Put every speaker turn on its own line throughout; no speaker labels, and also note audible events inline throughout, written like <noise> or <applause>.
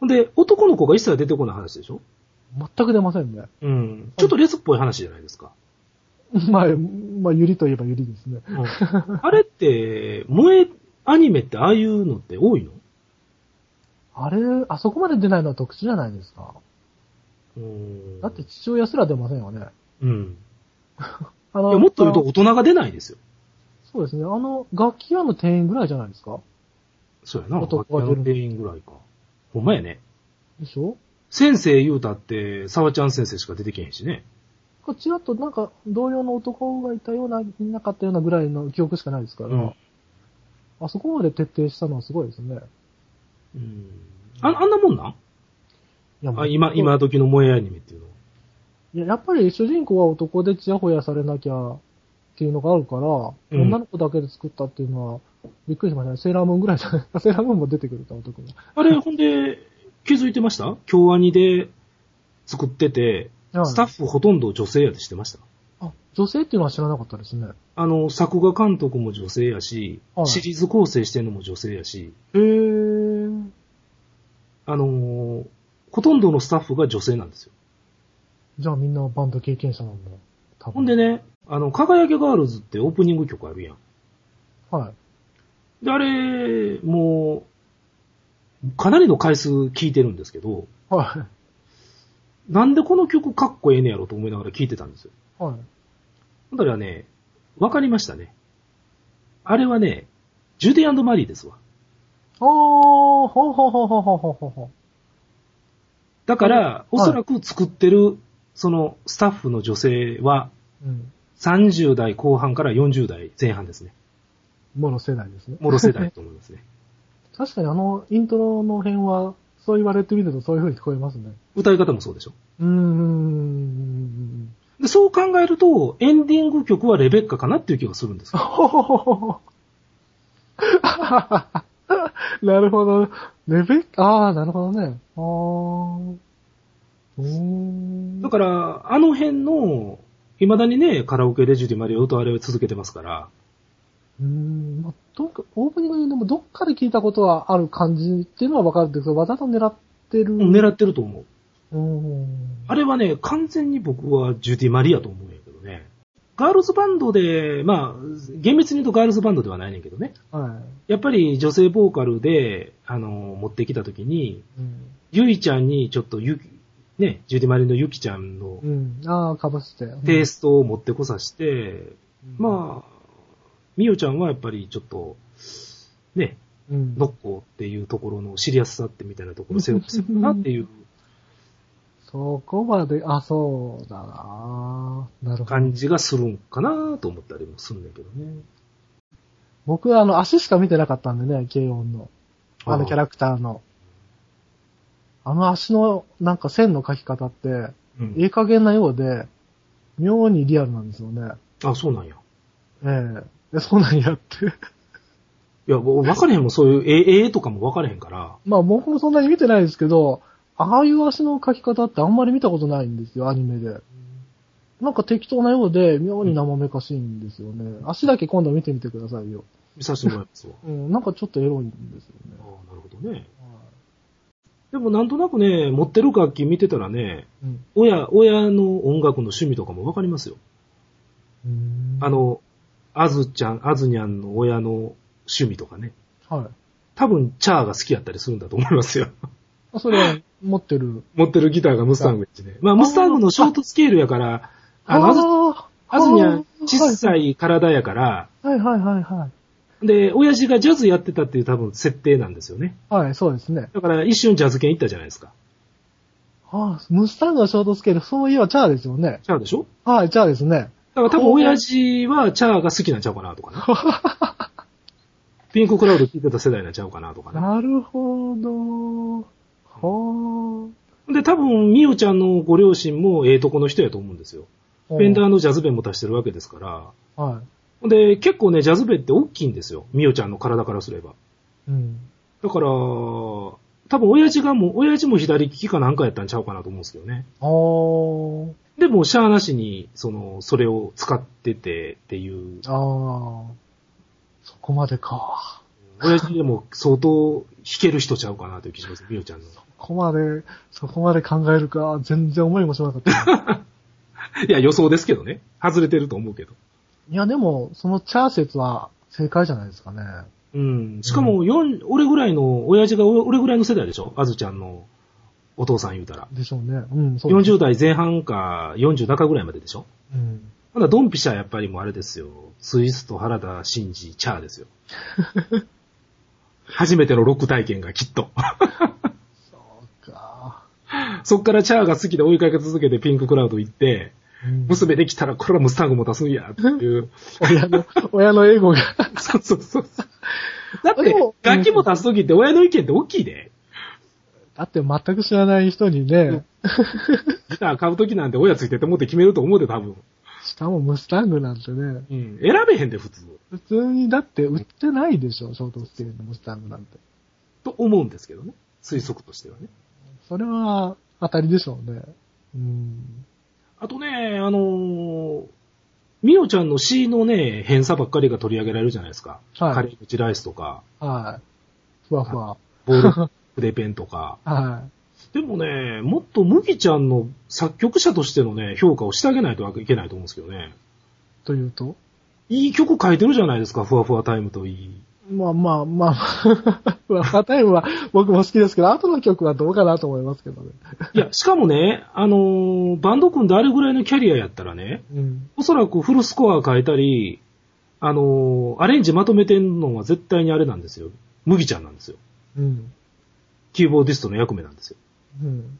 ほんで、男の子が一切出てこない話でしょ
全く出ませんね。 <laughs>
うん。ちょっとレスっぽい話じゃないですか。
まあ、まあ、ゆりといえばゆりですね。
うん、あれって、萌えアニメってああいうのって多いの
あれ、あそこまで出ないのは特殊じゃないですか。
うん。
だって、父親すら出ませんよね。
うん。
あ
い
の
やもっと言うと大人が出ないですよ。
そうですね。あの、楽器屋の店員ぐらいじゃないですか
そうやな。
男が出る
楽器の店員ぐらいか。ほんまやね。
でしょ
先生言うたって、沢ちゃん先生しか出てけへんしね。
これちらっとなんか、同様の男がいたような、いなかったようなぐらいの記憶しかないですから、
うん
あそこまで徹底したのはすごいですね。
うん。あ、あんなもんなん
いやも
あ
う
今、今時の萌えアニメっていうのは。
いや、やっぱり主人公は男でちやほやされなきゃっていうのがあるから、
ん
女の子だけで作ったっていうのは、びっくりしましたね。セーラームーンぐらいじゃない <laughs> セーラームーンも出てくると男が。
あれ、ほんで、気づいてました京アニで作ってて、スタッフほとんど女性やってしてました。
あ、女性っていうのは知らなかったですね。
あの、作画監督も女性やし
は、い
シリーズ構成してんのも女性やし、
へー。
あのーほとんどのスタッフが女性なんですよ。
じゃあみんなバンド経験者なんだ。多分
ほんで。ね、あの、輝けガールズってオープニング曲あるやん。
はい。
で、あれ、もう、かなりの回数聞いてるんですけど、
は
なんでこの曲かっこええねやろと思いながら聞いてたんですよ。
い。はい。
ほんだらね、わかりましたね。あれはね、ジュディマリーですわ。
あー、ほうほうほうほうほうほうほうほ
だから、
い
おそらく作ってる、その、スタッフの女性は、
う。うん。
30代後半から40代前半ですね。
もろ世代ですね。
もろ世代だ。と思いますね。
<laughs> 確かにあの、イントロの辺は、そう言われてみるとそういう風に聞こえますね。
歌い方もそうでしょ。
うーん。
で、そう考えると、エンディング曲はレベッカかなっていう気がする
<laughs>
んですよ。
ほほほほ。なるほど。レベッカ、ああ、なるほどね。あー。うーん。
だから、あの辺の、未だにね、カラオケでジュディ・マリオ歌われを続けてますから、
うーん、まあ、どっか、オープニングでもどっかで聞いたことはある感じっていうのはわかるんですけど、わざと狙ってる。
うん狙ってると思う。
うーん。
あれはね、完全に僕はジュディ・マリアと思うんやけどね。ガールズバンドで、まあ、厳密に言うとガールズバンドではないねんけどね。
は
やっぱり女性ボーカルで、あの、持ってきたときに、
い。うん。
ゆいちゃんにちょっとゆき、ね、ジュディ・マリのゆきちゃんの
うん。ああ、かぶして。
テイストを持ってこさして、
うん
まあ、みおちゃんはやっぱりちょっと、ね、
うん。
ノッコっていうところの知りやすさってみたいなところを背負ってきたなっていう
そこまで、あ、そうだななるほど。
感じがするんかなと思ったりもするんだけどね。
僕はあの、足しか見てなかったんでね、軽音の。あのキャラクターの。あの足の、なんか線の描き方って、
うん
ええ加減なようで、妙にリアルなんですよね。
あ、そうなんや。
えええそうなんやって。 <laughs>
いや、もう分かれへんもん、そういう絵、絵とかも分かれへんから。
まあ僕もそんなに見てないですけど、ああいう足の描き方ってあんまり見たことないんですよ、アニメで。なんか適当なようで、妙に生めかしいんですよね。足だけ今度見てみてくださいよ。
見させてもらいま
<laughs>
すわ。
うん、なんかちょっとエロいんですよ
あ
ね
あ。、なるほどね。でもなんとなくね、持ってる楽器見てたらね、
うん
親、親の音楽の趣味とかも分かりますよ。
うん
あ、の、あずちゃん、あずにゃんの親の趣味とかね。
はい。
多分、チャーが好きやったりするんだと思いますよ。 <laughs>
あそれは持ってる。
持ってるギターがムスタングやしね。まあ、ムスタングのショートスケールやから、あの、あず
あ
あずにゃん、小
い。
さい体やから、
はいはいはいはい。
で、親父がジャズやってたっていう多分設定なんですよね。
はい、そうですね。
だから一瞬ジャズ犬行ったじゃないですか。
ああ、ムスタングのショートスケール、そういえばチャーですよね。
チャーでしょ
はい、チャーですね。
だから多分親父はチャーが好きなんちゃうかなとかね。ピンククラウド聞いてた世代なんちゃうかなとかね。
なるほど。は
で、多分、ミオちゃんのご両親もええとこの人やと思うんですよ。
あ。
フェンダーのジャズベンも出してるわけですから。
は
ほんで、結構ね、ジャズベンって大きいんですよ。ミオちゃんの体からすれば。
い。うん。
だから、多分親父がもう、親父も左利きかなんかやったんちゃうかなと思うんですけどね。
あー。
でも、シャアなしに、その、それを使っててっていう
あー。そこまでか。
親父でも相当弾ける人ちゃうかなという気します、みよちゃんの。
ここまで、そこまで考えるか、全然思いもしなかった。 <laughs>
いや、予想ですけどね。外れてると思うけど。
いや、でも、そのチャー説は正解じゃないですかね。
うん。しかも、四俺ぐらいの、親父が俺俺ぐらいの世代でしょあずちゃんのお父さん言うたら。
でしょうね。うん、そうです。
40代前半か40中ぐらいまででしょ
うん。
まだドンピシャやっぱりもうあれですよ。ツイスト、原田、真二、チャー <laughs> ですよ。初めてのロック体験がきっと。 <laughs>
そうか。
そっからチャーが好きで追いかけ続けてピンククラウド行って、
うん
娘できたらこれはムスタングも出すんや、って <laughs> いう。
親の、親の英語が。
そうそうそう。だって
でも、
楽器も出すときって親の意見って大きいで。
だって全く知らない人にね、
ギター買うときなんて親ついてって思って決めると思うで多分。
しかもムスタングなんてね、
うん。選べへんで普通。
普通にだって売ってないでしょ、ショートステージのムスタングなんて。
と思うんですけどね。推測としてはね。
それは当たりでしょうね。うん。
あとね、あのー、ミオちゃんの詩のね、偏差ばっかりが取り上げられるじゃないですか。
はい
カレー打ちライスとか、
はい。ふわふわ。
ボール筆ペンとか。
は
でもね、もっと麦ちゃんの作曲者としてのね、評価をしてあげないといけないと思うんですけどね。
い。というと
いい曲書いてるじゃないですか、ふわふわタイムといい。
まあまあまあ、ふわふわタイムは僕も好きですけど、後の曲はどうかなと思いますけどね。
いや、しかもね、あのーバンド組んであれぐらいのキャリアやったらね、
うん。
おそらくフルスコア変えたり、あのーアレンジまとめてんのは絶対にあれなんですよ。麦ちゃんなんですよ。
うん。
キーボーディストの役目なんですよ。
うん。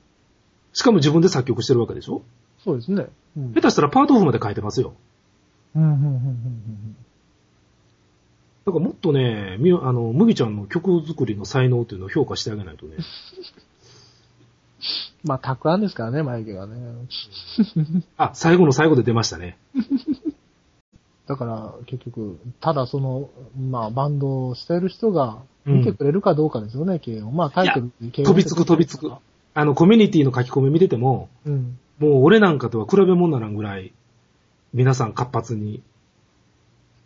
しかも自分で作曲してるわけでしょ
そうですね。うん
下。手したらパートオフまで変えてますよ。
うん、うん、うん、うん。
だからもっとね、みあの、麦ちゃんの曲作りの才能っていうのを評価してあげないとね。
まあ、たくあんですからね、眉毛がね。
あ、最後の最後で出ましたね。
だから、結局、ただその、まあ、バンドをしてる人が
うん
見てくれるかどうかですよね、慶、応、まあ、タイトルに
飛びつく飛びつく。あの、コミュニティの書き込み見てても、
うん。
もう俺なんかとは比べ物ならんぐらい、皆さん活発に。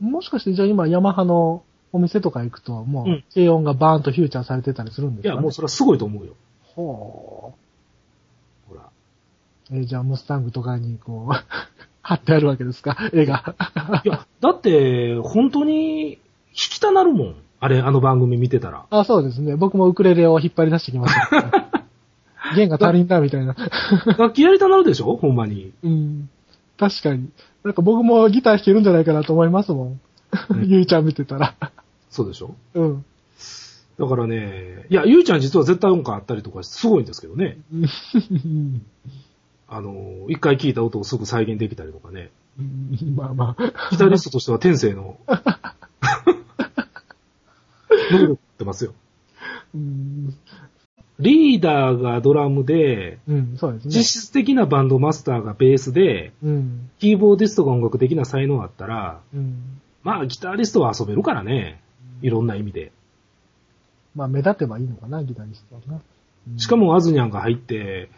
もしかして、じゃあ今、ヤマハのお店とか行くと、も
うん
う、慶、応、がバーンとフューチャーされてたりするんで
い
すか、
や、
ね、
もうそれはすごいと思うよ。
ほ
ほら。
う。えーじゃあ、ムスタングとかに、こう、 <laughs> 貼ってあるわけですか、絵が。 <laughs>
いや、だって、本当に、弾きたなるもん。あれ、あの番組見てたら。
あ、そうですね。僕もウクレレを引っ張り出してきました。
<laughs>
弦が足りんな、みたいな。
楽器やりたなるでしょほんまに。
うん。確かに。なんか僕もギター弾けるんじゃないかなと思いますもん。
うん
ゆいちゃん見てた
<laughs>
ら。
そうでしょ
うん。 <laughs>
だからね、いや、ゆうちゃん実は絶対音感あったりとかすごいんですけどね。あの、一回聞いた音をすぐ再現できたりとかね。
まあまあ。
ギタリストとしては天性の、 <laughs> 能力持ってますよ。
うん、
リーダーがドラムで、
うんそうですね。
実質的なバンドマスターがベースで、
うん。
キーボーディストが音楽的な才能あったら、
うん。
まあ、ギタリストは遊べるからね。いろんな意味で。
まあ目立てばいいのかな、ギタリストはな。うん
しか。も、アズニャンが入って、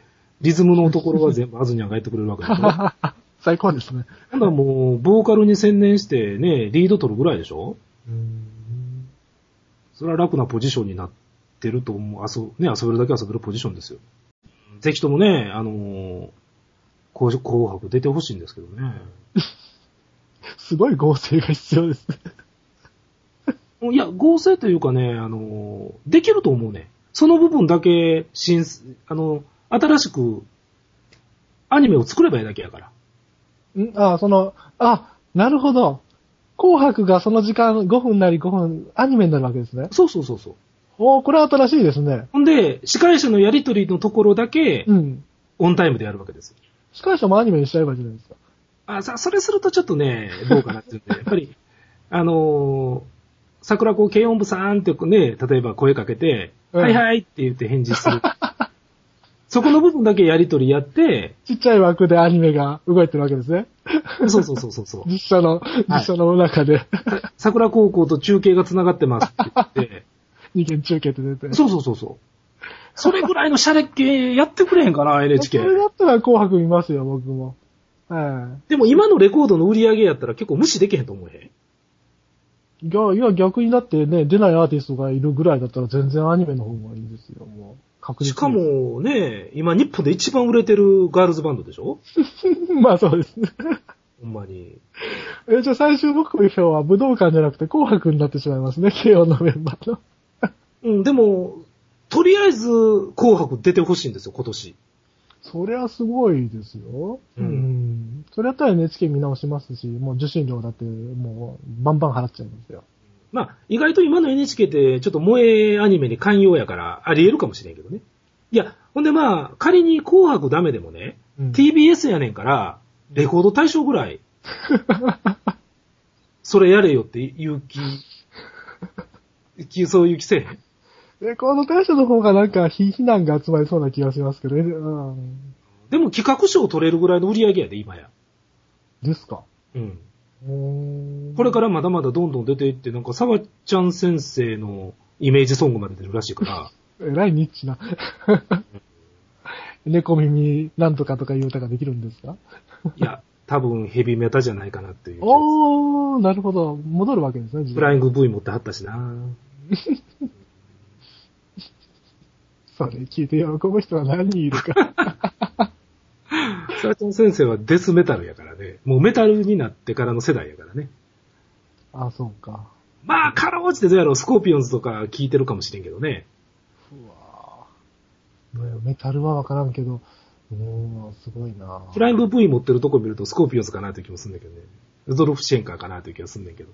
リズムのところは全部アズニャンがやってくれるわけでしょ。な
<laughs> 最高ですね。
んだもう、ボーカルに専念してね、リード取るぐらいでしょ
うん。
それは楽なポジションになってると思う。遊ぶ、ね、遊べるだけ遊べるポジションですよ。ぜひともね、あのー、紅紅白出てほしいんですけどね。
すごい合成が必要ですね。
いや、合成というかね、あの、できると思うね。その部分だけ、新、あの、新しく、アニメを作ればいいだけやから。
んあ、その、あ、なるほど。紅白がその時間5分なり5分、アニメになるわけですね。
そうそうそうそう。
おーこれは新しいですね。
ほんで、司会者のやりとりのところだけ、
うん。
オンタイムでやるわけですよ。
司会者もアニメにしちゃえばいいじゃないですか。
あ、さ、それするとちょっとね、どうかなって言
<laughs>
うんで、やっぱり、あのー桜子軽音部さんってね、例えば声かけて、
うん
はいはいって言って返事す
<laughs>
る。そこの部分だけやりとりやって、
ちっちゃい枠でアニメが動いてるわけで
<laughs>
すね。
そうそうそうそうそう。
実写の、実写の中で、 <laughs>
<laughs> 桜高校と中継が繋がってますって言って、
二件中継って出て。
<laughs> そうそうそうそう。それぐらいのシャレっ気やってくれへんか <laughs> な、NHK
そ。れだったら紅白見ますよ、僕も。はい。
でも今のレコードの売り上げやったら結構無視できへんと思うへん。
いや、いや逆にだってね、出ないアーティストがいるぐらいだったら全然アニメの方がいいですよ、もう。確
しか
実に。
もね、今日本で一番売れてるガールズバンドでしょ
<laughs> まあそうです <laughs> ね。
ほんまに。
え、じゃあ最終目標は武道館じゃなくて紅白になってしまいますね、慶応のメンバーの。
うん、でも、とりあえず、紅白出てほしいんですよ、今年。
そりゃすごいですよ。
うん
んそれやったら NHK 見直しますし、もう受信料だってもうバンバン払っちゃいますよ。
まあ、意外と今の NHK って、ちょっと萌えアニメに寛容やから、あり得るかもしれんけどね。いや、ほんでまあ、仮に紅白ダメでもね、
うん、
TBS やねんから、レコード大賞ぐらい、それやれよって言う気、気そういう気せえへん。
レコード大賞の方がなんか非非難が集まりそうな気がしますけど、えうん、
でも企画賞取れるぐらいの売り上げやで、今や。
ですか。
うん。
こ
これからまだまだどんどん出ていって、なんか、沢ちゃん先生のイメージソングまで出るらしいから、
えらいニッチな。 <laughs> 猫耳なんとかとかいう歌ができるんですか
いや、多分ヘビメタじゃないかなっていう。
おー、なるほど。戻るわけですね、自
フラ
分。
イング V 持ってはったしな
それ聞いて喜ぶ人は何人いる
<laughs>
か。
沢ちゃん先生はデスメタルやからね。もうメタルになってからの世代やからね。
あ、そうか。
まあ、かろうじてどうやろう、スコーピオンズとか聞いてるかもしれんけどね。
うわぁ。メタルはわからんけど、うーん、すごいな
フライング V 持ってるとこ見るとスコーピオンズかなという気もすんだけどね。ルドルフ・シェンカーかなという気がすんだけど。